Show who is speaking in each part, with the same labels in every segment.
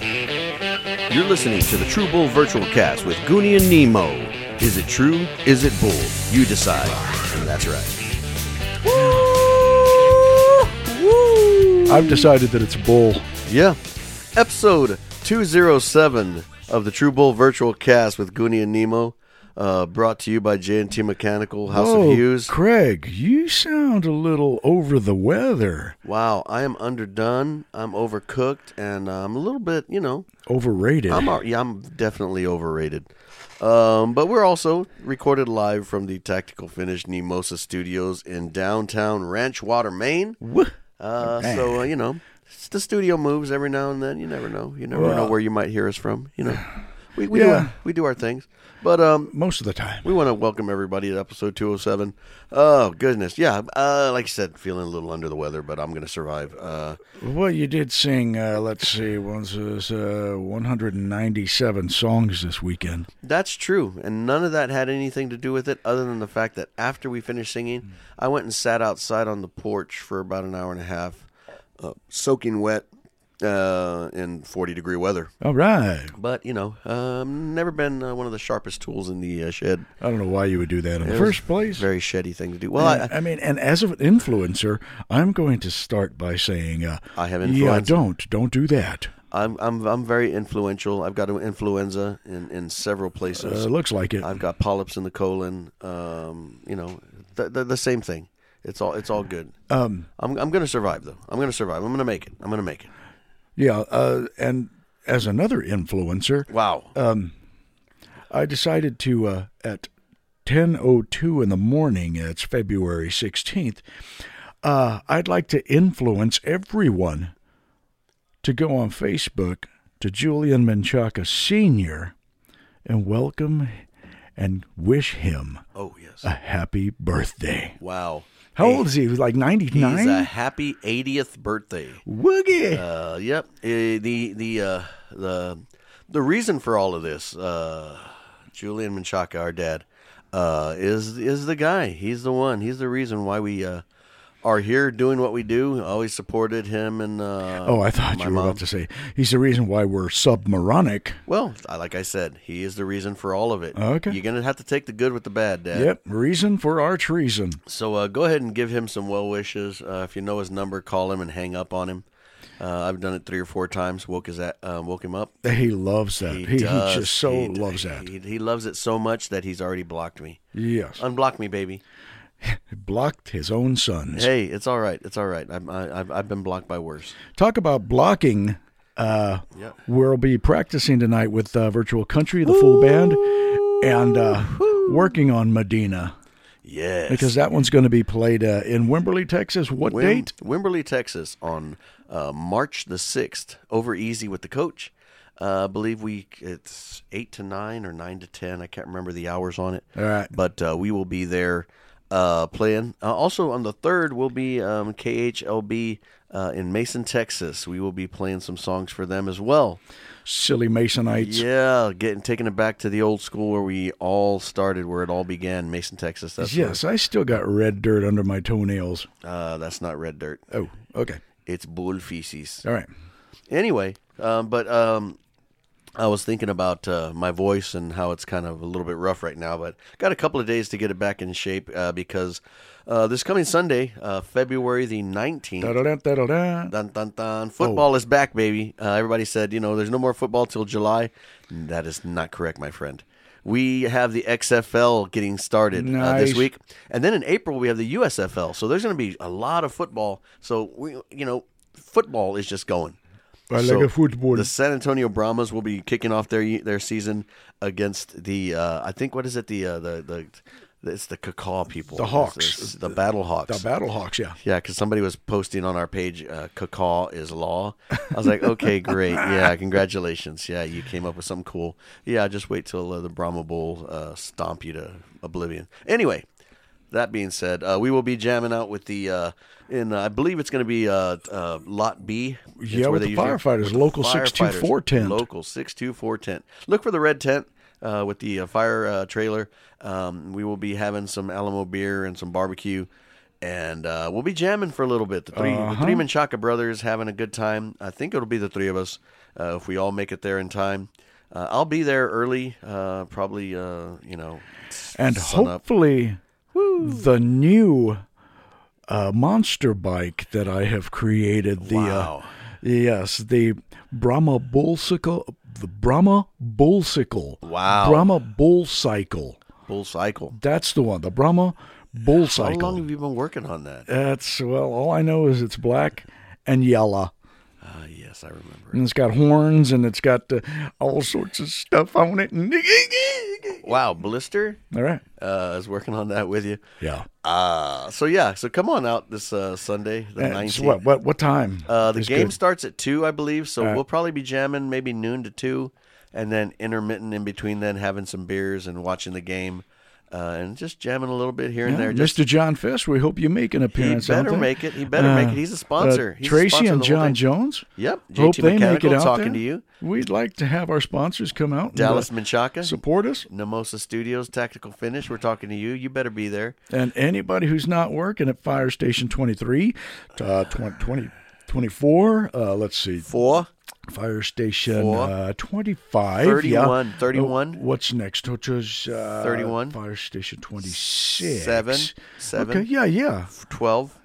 Speaker 1: You're listening to the True Bull Virtual Cast with Goonie and Nemo. Is it true? Is it bull? You decide. And that's right.
Speaker 2: I've decided that it's bull.
Speaker 1: Yeah. Episode 207 of the True Bull Virtual Cast with Goonie and Nemo, uh, brought to you by J&T Mechanical, House
Speaker 2: Whoa,
Speaker 1: of Hughes.
Speaker 2: Oh, Craig, you sound a little over the weather.
Speaker 1: Wow, I am underdone. I'm overcooked, and uh, I'm a little bit, you know,
Speaker 2: Overrated.
Speaker 1: I'm al- yeah, I'm definitely overrated. Um, but we're also recorded live from the Tactical Finish Nemosa Studios in downtown Ranch Water, Maine.
Speaker 2: Wha-
Speaker 1: Uh, so uh, you know, s- the studio moves every now and then. You never know. You never know
Speaker 2: Well-
Speaker 1: where you might hear us from. You know, we we, do,
Speaker 2: Yeah.
Speaker 1: our, we do our things. But um,
Speaker 2: Most of the time.
Speaker 1: we want to welcome everybody to episode 207. Oh goodness, yeah. Uh, like I said, feeling a little under the weather, but I'm gonna survive. Uh,
Speaker 2: Well, you did sing, uh, let's see, once was, uh, 197 songs this weekend.
Speaker 1: That's true, and none of that had anything to do with it, other than the fact that after we finished
Speaker 2: Hmm.
Speaker 1: singing, I went and sat outside on the porch for about an hour and a half, uh, soaking wet uh, in forty degree weather.
Speaker 2: All right.
Speaker 1: But you know, um, never been uh, one of the sharpest tools in the uh, shed.
Speaker 2: I don't know why you would do that in the
Speaker 1: was
Speaker 2: first place.
Speaker 1: Very sheddy thing to do. Well,
Speaker 2: And,
Speaker 1: I,
Speaker 2: I mean, and as an influencer, I'm going to start by saying, uh,
Speaker 1: I have
Speaker 2: yeah,
Speaker 1: influenza.
Speaker 2: don't, don't do that.
Speaker 1: I'm I'm I'm very influential. I've got an influenza in in several
Speaker 2: Uh,
Speaker 1: places.
Speaker 2: looks like it.
Speaker 1: I've got polyps in the colon. Um, you know, the, the the same thing. It's all it's all good. Um, I'm I'm gonna survive though. I'm gonna survive. I'm gonna make it. I'm gonna make it.
Speaker 2: Yeah, uh, and as another influencer,
Speaker 1: Wow.
Speaker 2: I decided to uh, at 10:02 in the morning. It's February 16th. Uh, I'd like to influence everyone to go on Facebook to Julian Menchaca Senior and welcome and wish him
Speaker 1: oh yes.
Speaker 2: a happy birthday.
Speaker 1: Wow.
Speaker 2: How old is he? He was like
Speaker 1: He's a
Speaker 2: 99.
Speaker 1: happy 80th birthday.
Speaker 2: Woogie.
Speaker 1: Uh, yep. Eh, the the uh, the the reason for all of this, uh, Julian Menchaca, our dad, uh, is is the guy. He's the one. He's the reason why we uh, are here doing what we do. Always supported him and. Uh,
Speaker 2: oh, I thought you were about to say he's the reason why we're submoronic.
Speaker 1: Well, I- like I said, he is the reason for all of it.
Speaker 2: Okay.
Speaker 1: You're going to have to take the good with the bad, Dad.
Speaker 2: Yep, reason for our treason.
Speaker 1: So uh, go ahead and give him some well wishes. Uh, if you know his number, call him and hang up on him. Uh, I've done it three or four times. Woke his a- uh, woke him up.
Speaker 2: He loves that. He, he,
Speaker 1: does.
Speaker 2: just so
Speaker 1: He-
Speaker 2: loves that.
Speaker 1: He, he loves it so much that he's already blocked me.
Speaker 2: yes.
Speaker 1: Unblock me, baby.
Speaker 2: blocked his own sons.
Speaker 1: Hey, it's all right. It's all right. I'm, I, I've, I've been blocked by worse.
Speaker 2: Talk about blocking. Uh,
Speaker 1: Yep.
Speaker 2: We'll be practicing tonight with uh, Virtual Country, the full band, and uh, working on Medina
Speaker 1: Yes.
Speaker 2: because that one's going to be played uh, in Wimberley, Texas. What
Speaker 1: Wim-
Speaker 2: date?
Speaker 1: Wimberley, Texas, on uh, March the sixth. Over easy with the coach. Uh, I believe we it's eight to nine or nine to ten. I can't remember the hours on it.
Speaker 2: All right.
Speaker 1: but uh, we will be there uh, playing. Uh, also on the third will be um, KHLB uh, in Mason, Texas. We will be playing some songs for them as well.
Speaker 2: Silly Masonites.
Speaker 1: Yeah, getting taking it back to the old school where we all started, where it all began, Mason, Texas. That's where-
Speaker 2: Yes, I still got red dirt under my toenails.
Speaker 1: uh, that's not red dirt.
Speaker 2: Oh, okay.
Speaker 1: It's bull feces.
Speaker 2: All right.
Speaker 1: anyway, um, but um, I was thinking about uh, my voice and how it's kind of a little bit rough right now, but got a couple of days to get it back in shape uh, because uh, this coming Sunday, uh, February the nineteenth.
Speaker 2: Da-da-da, da-da-da.
Speaker 1: Dun, dun, dun. Football is back, baby. Uh, everybody said, you know, there's no more football till July. That is not correct, my friend. We have the XFL getting started uh, this
Speaker 2: Nice.
Speaker 1: week, and then in April we have the USFL. So there's going to be a lot of football. So we, you know, football is just going.
Speaker 2: I like a football.
Speaker 1: The San Antonio Brahmas will be kicking off their their season against the uh, I think what is it the uh, the the it's the Cacao people
Speaker 2: The Hawks.
Speaker 1: It's- it's the, Battle Hawks
Speaker 2: The Battlehawks, yeah.
Speaker 1: yeah because somebody was posting on our page uh, Cacao is law I was like okay great yeah congratulations yeah you came up with something cool yeah just wait till uh, the Brahma Bull uh, stomp you to oblivion anyway. That being said, uh, we will be jamming out with the, uh, in uh, I believe it's going to be uh, uh, Lot B. It's
Speaker 2: Yeah, with the
Speaker 1: usually-
Speaker 2: firefighters,
Speaker 1: with the
Speaker 2: local 624 tent.
Speaker 1: Local 624 tent. Look for the red tent uh, with the uh, fire uh, trailer. Um, we will be having some Alamo beer and some barbecue. and uh, we'll be jamming for a little bit. The 3
Speaker 2: Uh-huh.
Speaker 1: the three Menchaca brothers having a good time. I think it'll be the three of us uh, if we all make it there in time. Uh, I'll be there early, uh, probably. Uh, you know, s-
Speaker 2: And
Speaker 1: sun up.
Speaker 2: hopefully, the new uh, monster bike that I have created. The
Speaker 1: Wow.
Speaker 2: uh, yes, the Brahma Bullsicle, the Brahma Bullsicle.
Speaker 1: Wow.
Speaker 2: Brahma Bullcycle.
Speaker 1: Full cycle.
Speaker 2: That's the one. The Brahma
Speaker 1: How long
Speaker 2: Bullcycle.
Speaker 1: have you been working on that?
Speaker 2: That's well. All I know is it's black and yellow.
Speaker 1: Ah, yes, I remember.
Speaker 2: And it's got horns and it's got uh, all sorts of stuff on it. And
Speaker 1: Wow, Blister
Speaker 2: all right,
Speaker 1: uh, is working on that with you.
Speaker 2: yeah.
Speaker 1: Uh, so yeah, so come on out this uh, Sunday, the
Speaker 2: And it's
Speaker 1: nineteenth.
Speaker 2: what what what time?
Speaker 1: Uh, the
Speaker 2: is
Speaker 1: game
Speaker 2: good?
Speaker 1: starts at two, I believe. So
Speaker 2: right.
Speaker 1: we'll probably be jamming maybe noon to two, and then intermittent in between. Then having some beers and watching the game, uh, and just jamming a little bit here and
Speaker 2: Yeah,
Speaker 1: there. Just
Speaker 2: Mr. John Fisk, we hope you make an
Speaker 1: he
Speaker 2: appearance. out
Speaker 1: better
Speaker 2: there.
Speaker 1: make it. He better make it. He's a sponsor.
Speaker 2: Uh,
Speaker 1: He's a
Speaker 2: Tracy
Speaker 1: sponsor of
Speaker 2: and
Speaker 1: the whole
Speaker 2: John
Speaker 1: thing.
Speaker 2: Jones.
Speaker 1: Yep,
Speaker 2: hope
Speaker 1: JT
Speaker 2: they make it
Speaker 1: Mechanical
Speaker 2: out
Speaker 1: talking
Speaker 2: there.
Speaker 1: to you.
Speaker 2: We'd like to have our sponsors come out. and, uh,
Speaker 1: Dallas Menchaca,
Speaker 2: support us.
Speaker 1: Namosa Studios, Tactical Finish. We're talking to you. You better be there.
Speaker 2: And anybody who's not working at Fire Station 23, uh, 20, 20 24, uh, let's see,
Speaker 1: Four.
Speaker 2: Fire Station
Speaker 1: Four.
Speaker 2: uh, 25.
Speaker 1: 31,
Speaker 2: yeah.
Speaker 1: 31.
Speaker 2: Oh, what's next? Which was, uh,
Speaker 1: 31.
Speaker 2: Fire Station 26.
Speaker 1: Seven, seven.
Speaker 2: Okay, yeah, yeah.
Speaker 1: 12.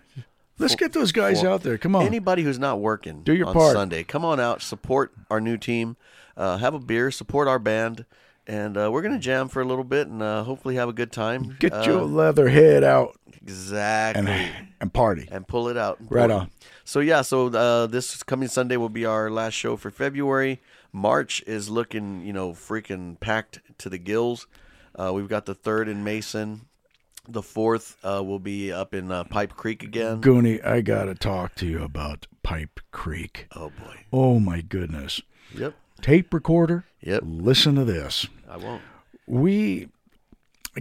Speaker 2: Let's get those guys
Speaker 1: four.
Speaker 2: out there. Come on.
Speaker 1: Anybody who's not working
Speaker 2: Do your
Speaker 1: on
Speaker 2: part.
Speaker 1: Sunday, come on out, support our new team, uh, have a beer, support our band, and uh, we're going to jam for a little bit and uh, hopefully have a good time.
Speaker 2: get
Speaker 1: Uh,
Speaker 2: your leather head out and,
Speaker 1: Exactly. And,
Speaker 2: and party.
Speaker 1: pull it out.
Speaker 2: Right
Speaker 1: Important.
Speaker 2: on.
Speaker 1: So, yeah, so uh, this coming Sunday will be our last show for February. March is looking, you know, freaking packed to the gills. Uh, we've got the third in Mason. The fourth uh, will be up in uh, Pipe Creek again.
Speaker 2: Goonie, I got to talk to you about Pipe Creek.
Speaker 1: Oh, boy.
Speaker 2: Oh, my goodness.
Speaker 1: Yep.
Speaker 2: Tape recorder,
Speaker 1: Yep.
Speaker 2: listen to this.
Speaker 1: I won't.
Speaker 2: we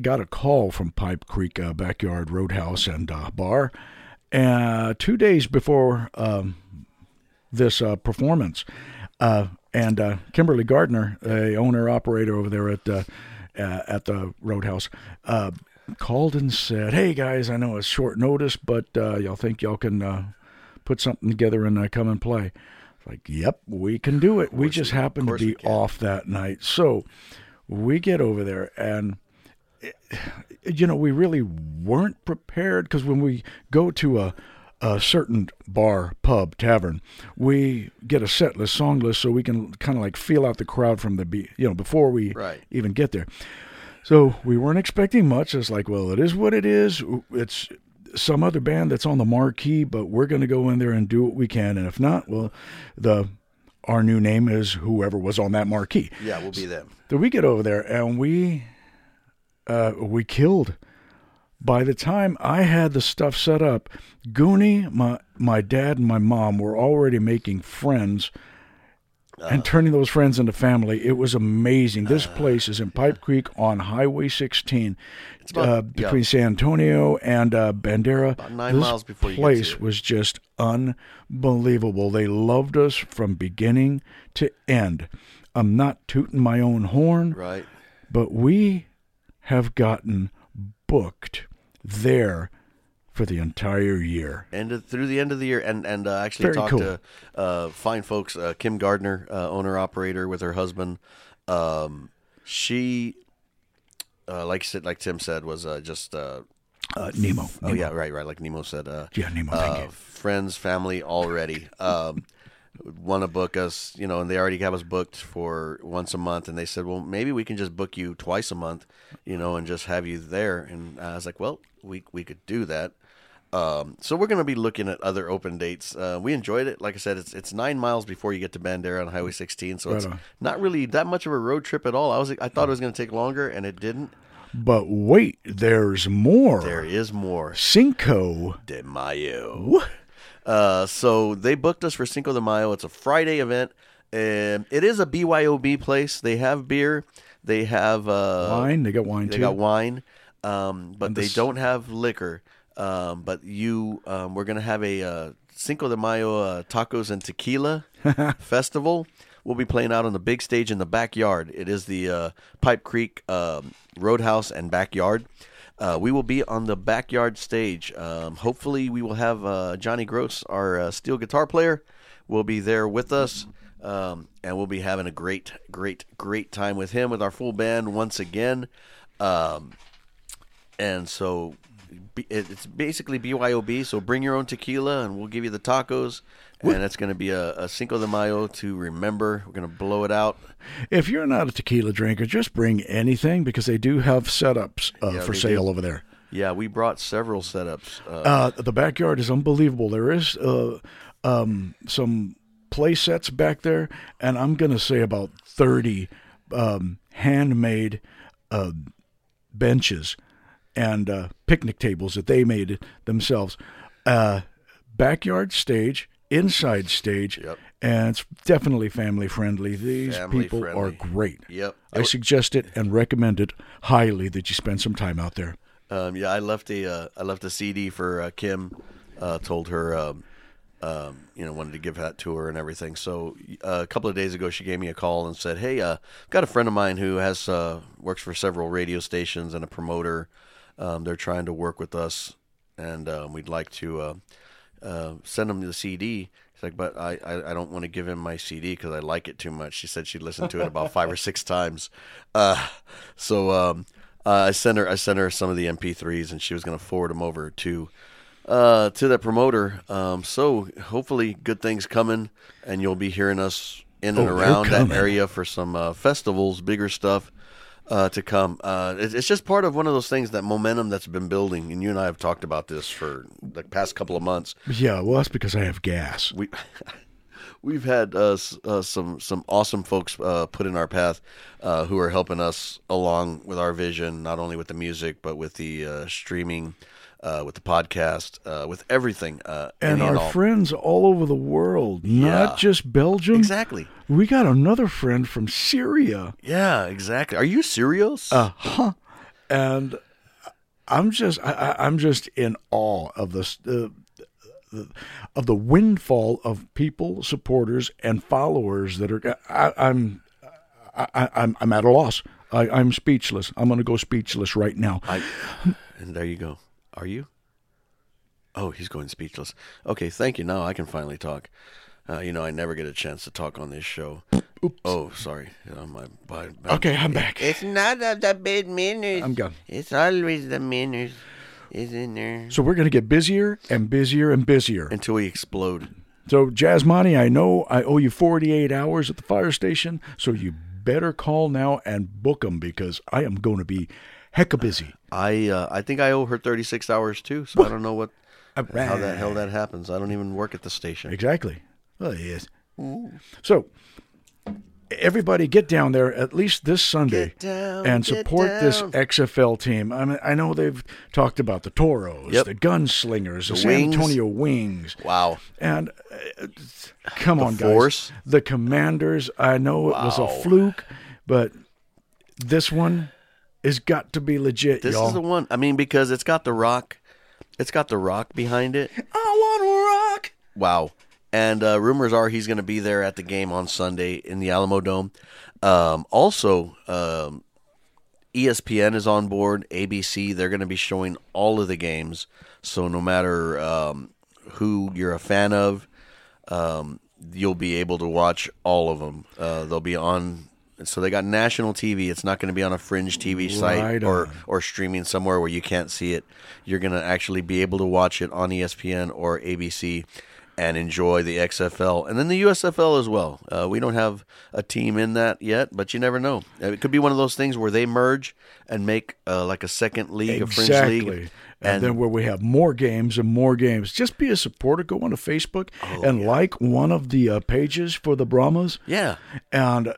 Speaker 2: got a call from Pipe Creek uh, Backyard Roadhouse and uh, Bar uh, two days before um, this uh, performance. Uh, and uh, Kimberly Gardner, a owner operator over there at uh, uh, at the Roadhouse, uh, called and said, "Hey guys, I know it's short notice, but uh, y'all think y'all can uh, put something together and uh, come and play?" Like, yep, we can do it. We just happen to
Speaker 1: course we
Speaker 2: be
Speaker 1: can.
Speaker 2: off that night, so we get over there and you know, we really weren't prepared because when we go to a, a certain bar, pub, tavern, we get a set list, song list, so we can kind of like feel out the crowd from the be, you know, before we
Speaker 1: Right.
Speaker 2: even get there. So we weren't expecting much. It's like, well, it is what it is. It's some other band that's on the marquee, but we're going to go in there and do what we can. And if not, well, the our new name is whoever was on that marquee.
Speaker 1: Yeah, we'll be them.
Speaker 2: So we get over there and we uh, we killed. By the time I had the stuff set up, Goonie, my my dad and my mom were already making friends and turning those friends into family. It was amazing. This place is in Pipe Creek on Highway 16,
Speaker 1: about-
Speaker 2: uh,
Speaker 1: yeah.
Speaker 2: between San Antonio and uh, Bandera.
Speaker 1: About nine
Speaker 2: this
Speaker 1: miles before you get to
Speaker 2: place
Speaker 1: it.
Speaker 2: was just unbelievable. They loved us from beginning to end. I'm not tooting my own horn,
Speaker 1: Right.
Speaker 2: but we have gotten booked there for the entire year.
Speaker 1: And uh, through the end of the year, and and uh, actually
Speaker 2: Very
Speaker 1: talked
Speaker 2: cool.
Speaker 1: to uh, fine folks, uh, Kim Gardner, uh, owner operator with her husband. Um, she, uh, like said, like Tim said, was uh, just uh,
Speaker 2: Uh, Nemo.
Speaker 1: oh yeah, right, right. Like Nemo said, uh,
Speaker 2: Yeah, Nemo. thank
Speaker 1: uh,
Speaker 2: you.
Speaker 1: friends, family already um, want to book us, you know, and they already have us booked for once a month. And they said, well, maybe we can just book you twice a month, you know, and just have you there. And I was like, well, we we could do that. Um, so we're going to be looking at other open dates. Uh, we enjoyed it. Like I said, it's it's nine miles before you get to Bandera on Highway 16, so it's
Speaker 2: on.
Speaker 1: not really that much of a road trip at all. I was I thought it was going to take longer, and it didn't.
Speaker 2: But wait, there's more.
Speaker 1: There is more.
Speaker 2: Cinco.
Speaker 1: de Mayo. Uh, so they booked us for Cinco de Mayo. It's a Friday event. Um, it is a BYOB place. They have beer. They have uh,
Speaker 2: Wine. They got wine
Speaker 1: They
Speaker 2: too.
Speaker 1: got wine, um, but they don't have liquor. Um, but you, um, we're gonna have a uh, Cinco de Mayo uh, tacos and tequila festival. We'll be playing out on the big stage in the backyard. It is the uh, Pipe Creek um, Roadhouse and backyard. Uh, we will be on the backyard stage. Um, hopefully, we will have uh, Johnny Gross, our uh, steel guitar player, will be there with us. Um, and we'll be having a great, great, great time with him with our full band once again. Um, and so b- it- it's basically BYOB. So bring your own tequila, and we'll give you the tacos. And it's going to be a, a Cinco de Mayo to remember. We're going to blow it out.
Speaker 2: If you're not a tequila drinker, just bring anything because they do have setups uh,
Speaker 1: Yeah,
Speaker 2: for
Speaker 1: they
Speaker 2: sale
Speaker 1: do.
Speaker 2: over there.
Speaker 1: Yeah, we brought several setups. Uh,
Speaker 2: Uh, the backyard is unbelievable. There is uh, um, some play sets back there, and I'm going to say about 30 um, handmade uh, benches and uh, picnic tables that they made themselves. Uh, backyard stage, inside stage,
Speaker 1: Yep.
Speaker 2: and it's definitely family friendly. These
Speaker 1: Family
Speaker 2: people are
Speaker 1: friendly.
Speaker 2: great.
Speaker 1: yep.
Speaker 2: I suggest it and recommend it highly that you spend some time out there.
Speaker 1: Um, yeah, I left a uh, I left a CD for uh, Kim. Uh, told her, um, um, you know, wanted to give that to her and everything. So uh, a couple of days ago, she gave me a call and said, "Hey, uh, got a friend of mine who has uh, works for several radio stations and a promoter. Um, they're trying to work with us, and um, we'd like to uh, uh, send him the CD." She's like, "But I, I, I don't want to give him my CD because I like it too much." She said she listened to it about five or six times. Uh, so um, uh, I sent her I sent her some of the MP3s, and she was going to forward them over to uh, to that promoter. Um, so hopefully, good things coming, and you'll be hearing us in and
Speaker 2: Oh, they're
Speaker 1: around that
Speaker 2: coming.
Speaker 1: area for some uh, festivals, bigger stuff. Uh, to come, uh, it's, it's just part of one of those things that momentum that's been building, and you and I have talked about this for the past couple of months.
Speaker 2: Yeah, well, that's because I have gas.
Speaker 1: We we've had uh, s- uh, some some awesome folks uh, put in our path uh, who are helping us along with our vision, not only with the music but with the uh, streaming, uh, with the podcast, uh, with everything. Uh,
Speaker 2: and
Speaker 1: any
Speaker 2: our
Speaker 1: all.
Speaker 2: friends all over the world,
Speaker 1: Yeah.
Speaker 2: not just Belgium.
Speaker 1: exactly.
Speaker 2: We got another friend from Syria,
Speaker 1: Yeah, exactly. Are you serious?
Speaker 2: Uh. and I'm just I, I, I'm just in awe of this. Uh, of the windfall of people, supporters, and followers that are, I, I'm, I, I- I'm, I'm at a loss. I, I'm speechless. I'm going to go speechless right now.
Speaker 1: I, and there you go. Are you? Oh, he's going speechless. Okay, thank you. Now I can finally talk. Uh, you know, I never get a chance to talk on this show. Oh, sorry. Uh, my, my, my
Speaker 2: Okay, I'm back.
Speaker 3: It's not of the big manners.
Speaker 2: I'm gone.
Speaker 3: It's always the manners, isn't there?
Speaker 2: So we're going to get busier and busier and busier.
Speaker 1: until we explode.
Speaker 2: So, Jasmani, I know I owe you 48 hours at the fire station, so you better call now and book 'em because I am going to be hecka busy.
Speaker 1: I uh, I think I owe her 36 hours too, so I don't know what how the hell that happens. I don't even work at the station.
Speaker 2: Exactly. Well, yes. So, everybody get down there at least this Sunday
Speaker 3: Get down,
Speaker 2: and
Speaker 3: get
Speaker 2: support this
Speaker 3: down.
Speaker 2: XFL team. I mean, I know they've talked about the Toros,
Speaker 1: Yep.
Speaker 2: the Gunslingers, the, San
Speaker 1: Wings.
Speaker 2: Antonio Wings.
Speaker 1: Wow.
Speaker 2: And uh, come on, guys.
Speaker 1: Force?
Speaker 2: The Commanders. I know it was a
Speaker 1: Wow.
Speaker 2: fluke, but this one has got to be legit,
Speaker 1: This
Speaker 2: y'all.
Speaker 1: is the one. I mean because it's got the rock it's got the rock behind it.
Speaker 2: I want to rock.
Speaker 1: Wow. And uh, rumors are he's going to be there at the game on Sunday in the Alamo Dome. Um, also, um, E ESPN is on board. ABC, they're going to be showing all of the games. So no matter um, who you're a fan of, um, you'll be able to watch all of them. Uh, they'll be on. So they got national TV. It's not going to be on a fringe TV site
Speaker 2: Right
Speaker 1: or
Speaker 2: on.
Speaker 1: or streaming somewhere where you can't see it. You're going to actually be able to watch it on E ESPN or ABC and enjoy the XFL and then the USFL as well. Uh, we don't have a team in that yet, but you never know. Uh, It could be one of those things where they merge and make uh, like a second league, a fringe
Speaker 2: Exactly.
Speaker 1: league.
Speaker 2: And, then where we have more games and more games. Just be a supporter. Go onto Facebook
Speaker 1: Oh,
Speaker 2: and like one of the uh, pages for the Brahmas.
Speaker 1: yeah.
Speaker 2: And uh,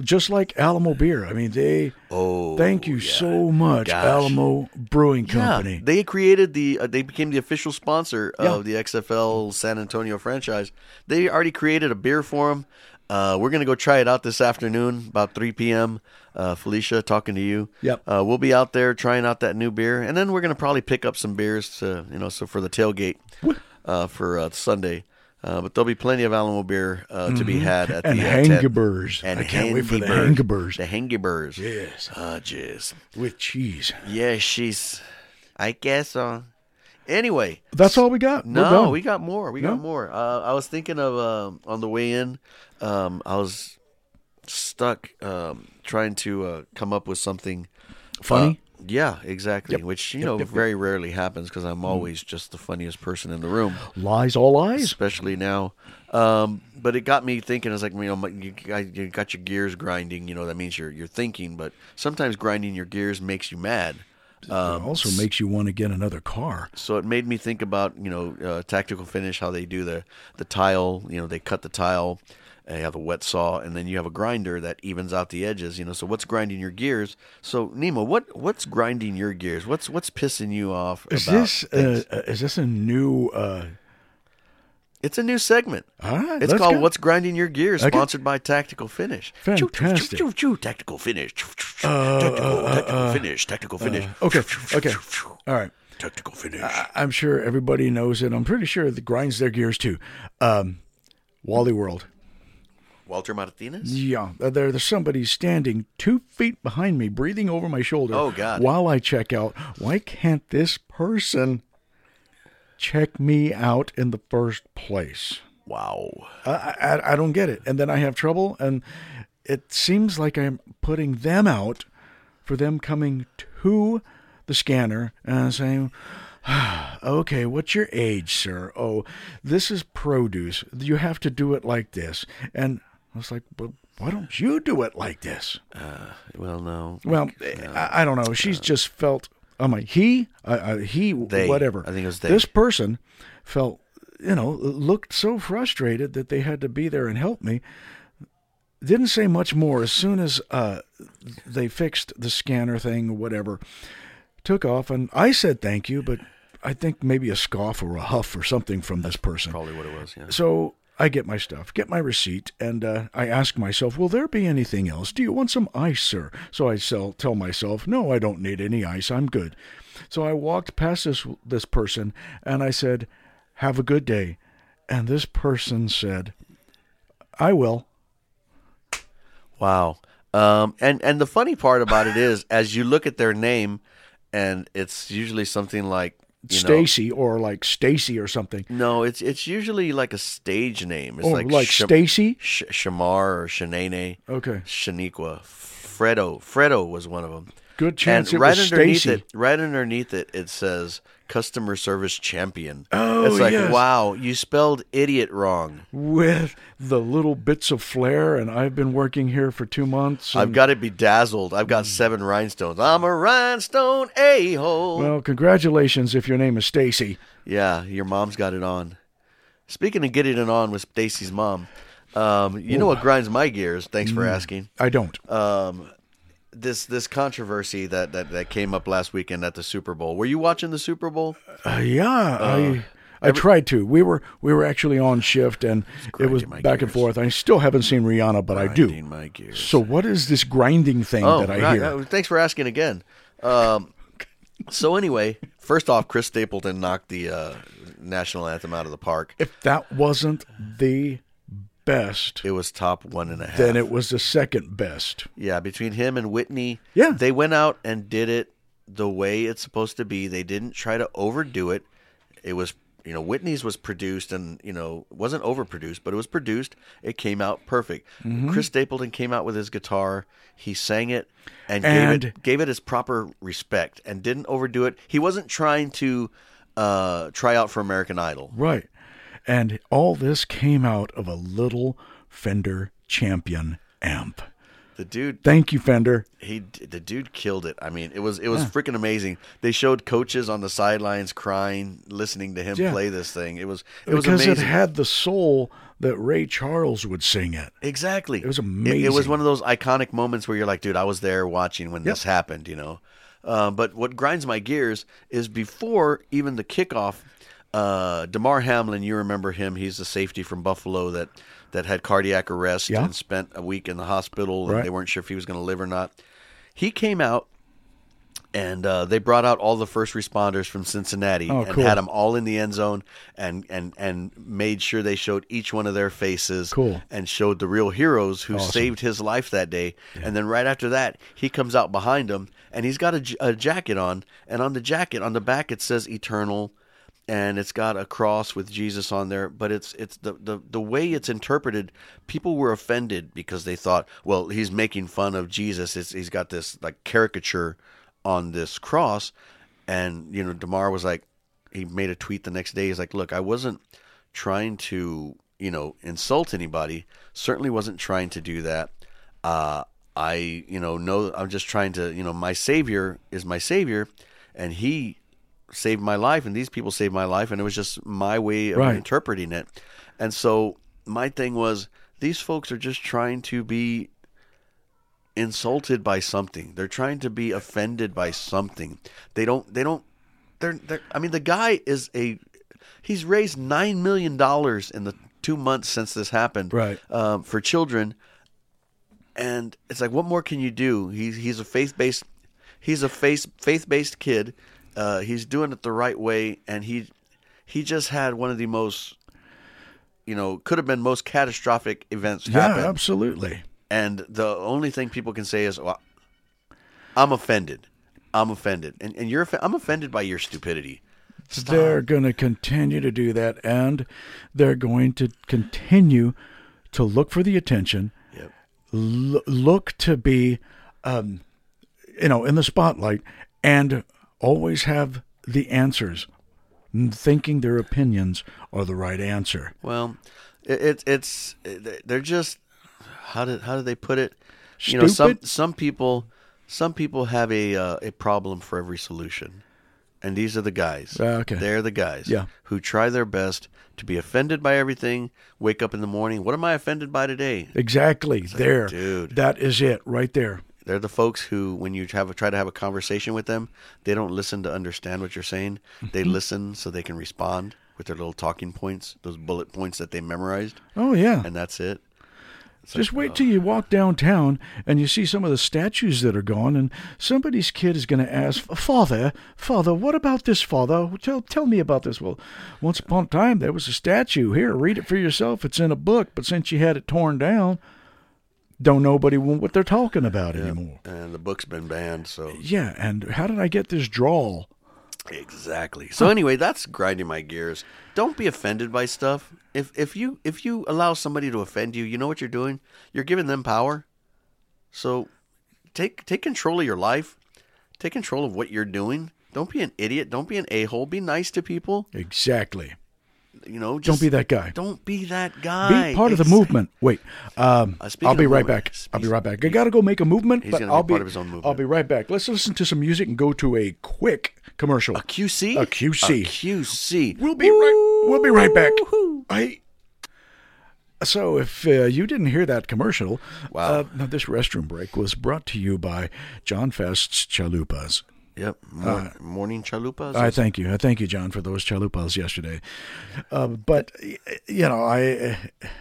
Speaker 2: just like Alamo Beer, I mean, they.
Speaker 1: Oh,
Speaker 2: Thank you so much,
Speaker 1: Gosh.
Speaker 2: Alamo Brewing Company.
Speaker 1: Yeah, they created the. Uh, they became the official sponsor of the XFL San Antonio franchise. They already created a beer for them. Uh, we're gonna go try it out this afternoon, about 3 p.m. Uh, Felicia, talking to you.
Speaker 2: Yep.
Speaker 1: Uh, we'll be out there trying out that new beer, and then we're gonna probably pick up some beers to you know, so for the tailgate uh, for uh, Sunday. Uh, but there'll be plenty of Alamo beer uh, to be had at
Speaker 2: Mm-hmm. And
Speaker 1: the uh, tent.
Speaker 2: hangabers.
Speaker 1: And
Speaker 2: I can't wait for the
Speaker 1: Hangibers.
Speaker 2: hangabers.
Speaker 1: The hangibers.
Speaker 2: Yes.
Speaker 1: Ah, jeez.
Speaker 2: With cheese.
Speaker 1: Yeah, she's. I guess so. Anyway,
Speaker 2: That's all we got. We're
Speaker 1: no,
Speaker 2: done.
Speaker 1: we got more. We
Speaker 2: No?
Speaker 1: got more. Uh, I was thinking of um, on the way in. Um, I was stuck um, trying to uh, come up with something
Speaker 2: Funny?
Speaker 1: Uh, yeah, exactly. Which you know very rarely happens because
Speaker 2: Mm.
Speaker 1: I'm always just the funniest person in the room,
Speaker 2: lies, all lies.
Speaker 1: especially now. Um, but it got me thinking. I was like, you know, my- you, I- you got your gears grinding. You know, that means you're you're thinking. But sometimes grinding your gears makes you mad.
Speaker 2: it also makes you want to get another car.
Speaker 1: So it made me think about you know uh, tactical finish, how they do the the tile. You know, they cut the tile. They have a wet saw, and then you have a grinder that evens out the edges. You know, so what's grinding your gears? So Nemo, what what's grinding your gears? What's what's pissing you off?
Speaker 2: Is
Speaker 1: about
Speaker 2: this
Speaker 1: things?
Speaker 2: uh, uh, is this a new? Uh,
Speaker 1: It's a new segment.
Speaker 2: all right,
Speaker 1: It's
Speaker 2: let's
Speaker 1: called
Speaker 2: go.
Speaker 1: "What's Grinding Your Gears,"
Speaker 2: Okay.
Speaker 1: sponsored by Tactical Finish. Choo, choo, choo,
Speaker 2: Fantastic. Uh,
Speaker 1: choo, choo, Tactical Finish. Choo, choo, choo, Tactical Tactical Finish. Tactical Finish. Choo,
Speaker 2: okay,
Speaker 1: choo,
Speaker 2: okay. Uh,
Speaker 1: choo, choo.
Speaker 2: All right.
Speaker 1: Tactical Finish.
Speaker 2: I- I'm sure everybody knows it. I'm pretty sure it grinds their gears too. Um, Wally World.
Speaker 1: Walter Martinez.
Speaker 2: Yeah, there, there's somebody standing two feet behind me, breathing over my shoulder.
Speaker 1: Oh, God.
Speaker 2: While I check out, why can't this person check me out in the first place?
Speaker 1: Wow.
Speaker 2: I, I, I don't get it. And then I have trouble, and it seems like I'm putting them out for them coming to the scanner and saying, okay, what's your age, sir? Oh, this is produce. You have to do it like this. And I was like, but why don't you do it like this?
Speaker 1: Well, no.
Speaker 2: Well, eh,
Speaker 1: uh,
Speaker 2: I, I don't know. She's just felt. I'm like he, uh, uh, he,
Speaker 1: They.
Speaker 2: whatever.
Speaker 1: I think it was they.
Speaker 2: This person felt, you know, looked so frustrated that they had to be there and help me. Didn't say much more. As soon as uh, they fixed the scanner thing, whatever, took off, and I said thank you, but I think maybe a scoff or a huff or something from this person.
Speaker 1: Probably what it was. Yeah.
Speaker 2: So I get my stuff, get my receipt, and uh, I ask myself, will there be anything else? Do you want some ice, sir? So I sell, tell myself, no, I don't need any ice. I'm good. So I walked past this, this person and I said, have a good day. And this person said, I will.
Speaker 1: Wow. Um, and and the funny part about it is, as you look at their name, and it's usually something like you know,
Speaker 2: Stacy or like Stacy or something.
Speaker 1: No, it's it's usually like a stage name. It's
Speaker 2: Or
Speaker 1: like
Speaker 2: Oh, like, Oh.
Speaker 1: Sh-
Speaker 2: Stacy.
Speaker 1: Sh- Shamar or Shanane,
Speaker 2: Okay.
Speaker 1: Shaniqua, Fredo. Fredo was one of them.
Speaker 2: Good chance
Speaker 1: and
Speaker 2: it
Speaker 1: right
Speaker 2: was
Speaker 1: underneath
Speaker 2: Stacy.
Speaker 1: it, right underneath it, it says customer service champion.
Speaker 2: Oh,
Speaker 1: it's like
Speaker 2: yes.
Speaker 1: wow, you spelled idiot wrong.
Speaker 2: With the little bits of flair, and I've been working here for two months.
Speaker 1: I've
Speaker 2: and-
Speaker 1: got to be dazzled. I've
Speaker 2: Hmm.
Speaker 1: got seven rhinestones. I'm a rhinestone a hole.
Speaker 2: Well, congratulations if your name is Stacy.
Speaker 1: Yeah, your mom's got it on. Speaking of getting it on with Stacy's mom, um, you know what grinds my gears? Thanks
Speaker 2: Mm.
Speaker 1: for asking.
Speaker 2: I don't.
Speaker 1: Um, this this controversy that, that that came up last weekend at the Super Bowl. Were you watching the Super Bowl?
Speaker 2: Uh, yeah, I I tried to. We were we were actually on shift and it was
Speaker 1: grinding my
Speaker 2: back and
Speaker 1: gears.
Speaker 2: forth. I still haven't seen Rihanna, but I do.
Speaker 1: Grinding my gears. Oh,
Speaker 2: So what is this grinding thing that I
Speaker 1: right,
Speaker 2: hear?
Speaker 1: right. Thanks for asking again. Um, so anyway, first off, Chris Stapleton knocked the uh, national anthem out of the park.
Speaker 2: If that wasn't the best,
Speaker 1: It was top one and a half.
Speaker 2: then it was the second best.
Speaker 1: Yeah, between him and Whitney.
Speaker 2: Yeah.
Speaker 1: They went out and did it the way it's supposed to be. They didn't try to overdo it. It was, you know, Whitney's was produced and, you know, wasn't overproduced, but it was produced. It came out perfect.
Speaker 2: Mm-hmm.
Speaker 1: Chris Stapleton came out with his guitar. He sang it and, gave it
Speaker 2: And-
Speaker 1: gave it its proper respect and didn't overdo it. He wasn't trying to uh try out for American Idol.
Speaker 2: Right. And all this came out of a little Fender Champion amp.
Speaker 1: The dude
Speaker 2: Thank you, Fender.
Speaker 1: he the dude killed it. I mean, it was it was freaking amazing. They showed coaches on the sidelines crying, listening to him
Speaker 2: Yeah.
Speaker 1: play this thing. It was it was
Speaker 2: because
Speaker 1: amazing.
Speaker 2: it had the soul that Ray Charles would sing it.
Speaker 1: exactly, it
Speaker 2: was
Speaker 1: It, was
Speaker 2: amazing.
Speaker 1: one of those iconic moments where you're like, dude, I was there watching when this happened. You know, uh, but what grinds my gears is before even the kickoff. Uh, Demar Hamlin, you remember him? He's the safety from Buffalo that that had cardiac arrest
Speaker 2: Yeah.
Speaker 1: and spent a week in the hospital, and
Speaker 2: Right.
Speaker 1: they weren't sure if he was going to live or not. He came out and uh, they brought out all the first responders from Cincinnati
Speaker 2: Oh,
Speaker 1: and
Speaker 2: cool.
Speaker 1: had them all in the end zone and and and made sure they showed each one of their faces
Speaker 2: Cool.
Speaker 1: and showed the real heroes who saved his life that day and then right after that he comes out behind them and he's got a, j- a jacket on and on the jacket on the back it says eternal and it's got a cross with Jesus on there but it's it's the the, the way it's interpreted people were offended because they thought well he's making fun of Jesus it's, he's got this like caricature on this cross. And, you know, DeMar was like, he made a tweet the next day. He's like, look, I wasn't trying to, you know, insult anybody. Certainly wasn't trying to do that. Uh, I, you know, know I'm just trying to, you know, my savior is my savior and he saved my life and these people saved my life. And it was just my way of
Speaker 2: Right.
Speaker 1: interpreting it. And so my thing was, these folks are just trying to be insulted by something. They're trying to be offended by something. They don't. They don't. They're. they're I mean, the guy is a. He's raised nine million dollars in the two months since this happened,
Speaker 2: Right.
Speaker 1: Um, for children, and it's like, what more can you do? He's he's a faith based. He's a faith faith based kid. Uh, he's doing it the right way, and he he just had one of the most. You know, could have been most catastrophic events
Speaker 2: Yeah,
Speaker 1: happen
Speaker 2: absolutely.
Speaker 1: and the only thing people can say is, well, "I'm offended. I'm offended," and and you're off- I'm offended by your stupidity.
Speaker 2: They're going to continue to do that, and they're going to continue to look for the attention,
Speaker 1: Yep.
Speaker 2: l- look to be, um, you know, in the spotlight, and always have the answers, n- thinking their opinions are the right answer.
Speaker 1: Well, it, it it's they're just how did how do they put it? You know, some
Speaker 2: Stupid?
Speaker 1: some people some people have a uh, a problem for every solution, and these are the guys.
Speaker 2: Uh, okay.
Speaker 1: they're the guys.
Speaker 2: Yeah.
Speaker 1: who try their best to be offended by everything. Wake up in the morning. What am I offended by today?
Speaker 2: Exactly. there.
Speaker 1: dude.
Speaker 2: That is it right there.
Speaker 1: They're the folks who, when you have a, try to have a conversation with them, they don't listen to understand what you're saying. They
Speaker 2: Mm-hmm.
Speaker 1: listen so they can respond with their little talking points, those bullet points that they memorized,
Speaker 2: Oh, yeah.
Speaker 1: and that's it. uh,
Speaker 2: Just
Speaker 1: Oh.
Speaker 2: wait till you walk downtown and you see some of the statues that are gone, and somebody's kid is going to ask, "Father, father, what about this? Father, tell tell me about this." Well, once upon a time there was a statue. Here, read it for yourself. It's in a book, but since you had it torn down, don't nobody want what they're talking about anymore.
Speaker 1: And the book's been banned, so
Speaker 2: Yeah, and how did I get this drawl?
Speaker 1: exactly. So anyway, that's grinding my gears. Don't be offended by stuff. If if you if you allow somebody to offend you, you know what you're doing. You're giving them power. So take take control of your life. Take control of what you're doing. Don't be an idiot. Don't be an a hole. Be nice to people.
Speaker 2: Exactly.
Speaker 1: you know,
Speaker 2: Don't
Speaker 1: just
Speaker 2: be that guy.
Speaker 1: Don't be that guy.
Speaker 2: Be part of the
Speaker 1: Ex-
Speaker 2: movement. Wait, um,
Speaker 1: Uh, speaking
Speaker 2: I'll be
Speaker 1: of
Speaker 2: right
Speaker 1: movement,
Speaker 2: back. I'll be
Speaker 1: speak-
Speaker 2: right back. I gotta go make a movement,
Speaker 1: He's
Speaker 2: but
Speaker 1: gonna be
Speaker 2: I'll be
Speaker 1: part of his own
Speaker 2: I'll
Speaker 1: movement.
Speaker 2: be right back. Let's listen to some music and go to a quick commercial.
Speaker 1: A QC.
Speaker 2: A QC.
Speaker 1: A QC.
Speaker 2: We'll be right. We'll be right back. I. So, if uh, you didn't hear that commercial,
Speaker 1: Wow.
Speaker 2: uh, no, this restroom break was brought to you by John Fest's Chalupas.
Speaker 1: Yep. Mor- morning chalupas.
Speaker 2: Uh, I thank you. I thank you, John, for those chalupas yesterday. Uh, but y- you know, I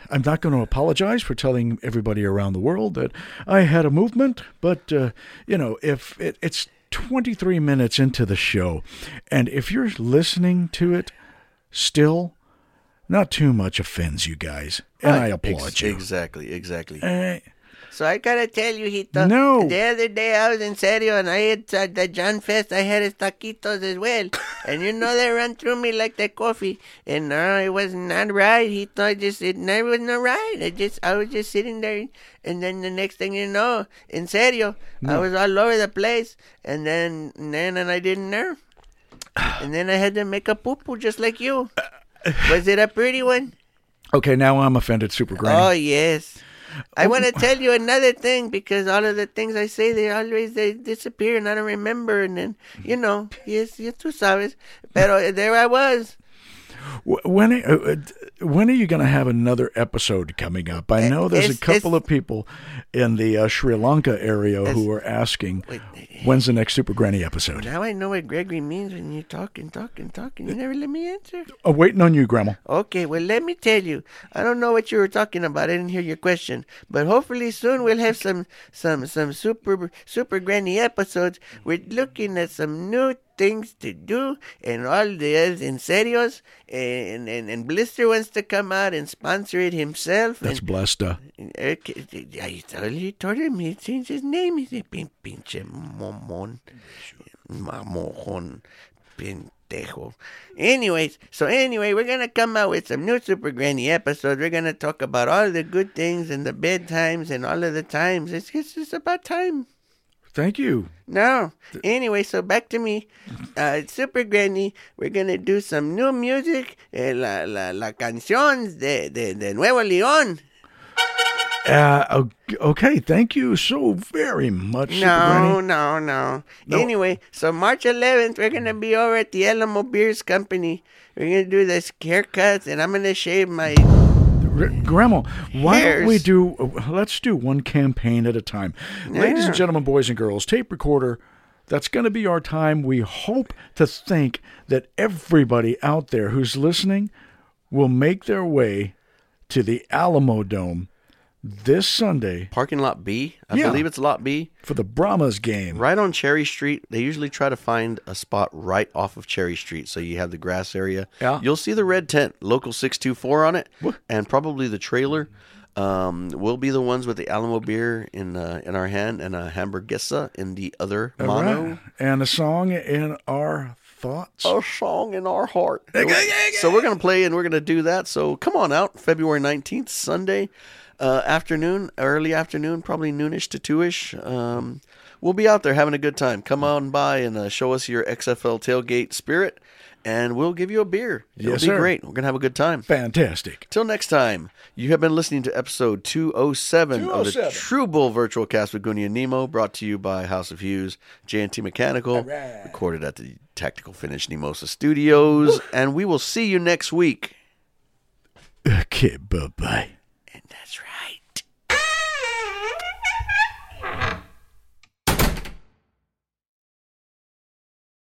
Speaker 2: I'm not going to apologize for telling everybody around the world that I had a movement. But uh, you know, if it, it's 23 minutes into the show, and if you're listening to it still, not too much offends you guys, and I applaud
Speaker 1: Ex-
Speaker 2: you.
Speaker 1: Exactly. Exactly.
Speaker 2: Eh,
Speaker 3: So I gotta tell you, Hito.
Speaker 2: No.
Speaker 3: The other day I was in serio and I had uh, the John Fest. I had his taquitos as well, and you know they ran through me like the coffee. And no, it was not right, Hito. I just it never was not right. I just I was just sitting there, and then the next thing you know, in serio, I was all over the place, and then and then and I didn't know, and then I had to make a poo poo just like you. Was it a pretty one?
Speaker 2: okay, now I'm offended, Super Granny.
Speaker 3: Oh yes. I want to tell you another thing because all of the things I say they always they disappear and I don't remember and then you know yes yes tú sabes pero there I was
Speaker 2: Wh- When are, uh, uh, when are you going to have another episode coming up? I know there's a
Speaker 3: Eh, it's- it's-
Speaker 2: couple of people in the uh, Sri Lanka area who are asking,
Speaker 3: eh,
Speaker 2: when's the next Super Granny episode?
Speaker 3: Now I know what Gregory means when you talk and talk and talk and you never let me answer.
Speaker 2: Oh, waiting on you, Grandma.
Speaker 3: Okay, well, let me tell you. I don't know what you were talking about. I didn't hear your question, but hopefully soon we'll have some some some super super granny episodes. We're looking at some new things to do and all the other in serios and, and and Blister wants to come out and sponsor it himself.
Speaker 2: That's
Speaker 3: and,
Speaker 2: blessed. Uh,
Speaker 3: Okay, I totally told him he changed his name. He's a pin, pinche momon, mamon, pentejo. Anyways, so anyway, we're gonna come out with some new Super Granny episodes. We're gonna talk about all the good things and the bad times and all of the times. It's it's just about time.
Speaker 2: thank you.
Speaker 3: No. Anyway, so back to me. Uh, Super Granny, we're going to do some new music. Eh, la, la, la canciones de, de, de Nuevo León.
Speaker 2: Uh, o- okay, thank you so very much, Super
Speaker 3: No,
Speaker 2: Granny.
Speaker 3: no, no,
Speaker 2: No.
Speaker 3: Anyway, so March 11th, we're going to be over at the Alamo Beers Company. We're going to do this haircut, and I'm going to shave my.
Speaker 2: R- Grandma, why don't we
Speaker 3: Here's-
Speaker 2: do? uh, Let's do one campaign at a time, ladies
Speaker 3: Yeah.
Speaker 2: and gentlemen, boys and girls. Tape recorder. That's going to be our time. We hope to think that everybody out there who's listening will make their way to the Alamo Dome this Sunday
Speaker 1: Parking lot B. I
Speaker 2: Yeah.
Speaker 1: believe it's lot B.
Speaker 2: for the Brahmas game.
Speaker 1: Right on Cherry Street. They usually try to find a spot right off of Cherry Street. So you have the grass area.
Speaker 2: Yeah.
Speaker 1: You'll see the red tent, local 624 on it, and probably the trailer. Um, we'll be the ones with the Alamo beer in uh, in our hand and a hamburguesa in the other
Speaker 2: All right.
Speaker 1: mono.
Speaker 2: and a song in our thoughts.
Speaker 3: Oh.
Speaker 1: A song in our heart. so we're gonna play and we're gonna do that. So come on out, February nineteenth, Sunday uh, afternoon, early afternoon, probably noonish to two-ish. Um, we'll be out there having a good time. Come on by and uh, show us your XFL tailgate spirit, and we'll give you a beer. It'll
Speaker 2: Yes,
Speaker 1: be
Speaker 2: sir.
Speaker 1: great. We're gonna have a good time.
Speaker 2: Fantastic.
Speaker 1: Till next time, you have been listening to episode 207, of the
Speaker 2: 207.
Speaker 1: True Bull Virtual Cast with Goonie and Nemo, brought to you by House of Hughes, JNT Mechanical, recorded at the Tactical Finish Nemosa Studios. and we will see you next week.
Speaker 2: Okay, bye bye.